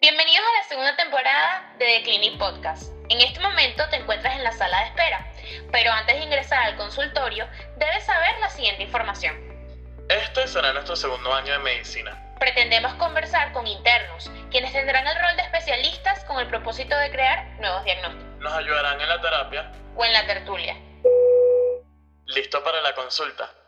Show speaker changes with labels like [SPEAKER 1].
[SPEAKER 1] Bienvenidos a la segunda temporada de The Clinic Podcast. En este momento te encuentras en la sala de espera, pero antes de ingresar al consultorio debes saber la siguiente información.
[SPEAKER 2] Este será nuestro segundo año de medicina.
[SPEAKER 1] Pretendemos conversar con internos, quienes tendrán el rol de especialistas con el propósito de crear nuevos diagnósticos
[SPEAKER 2] Nos ayudarán en la terapia.
[SPEAKER 1] o en la tertulia.
[SPEAKER 2] Listo para la consulta.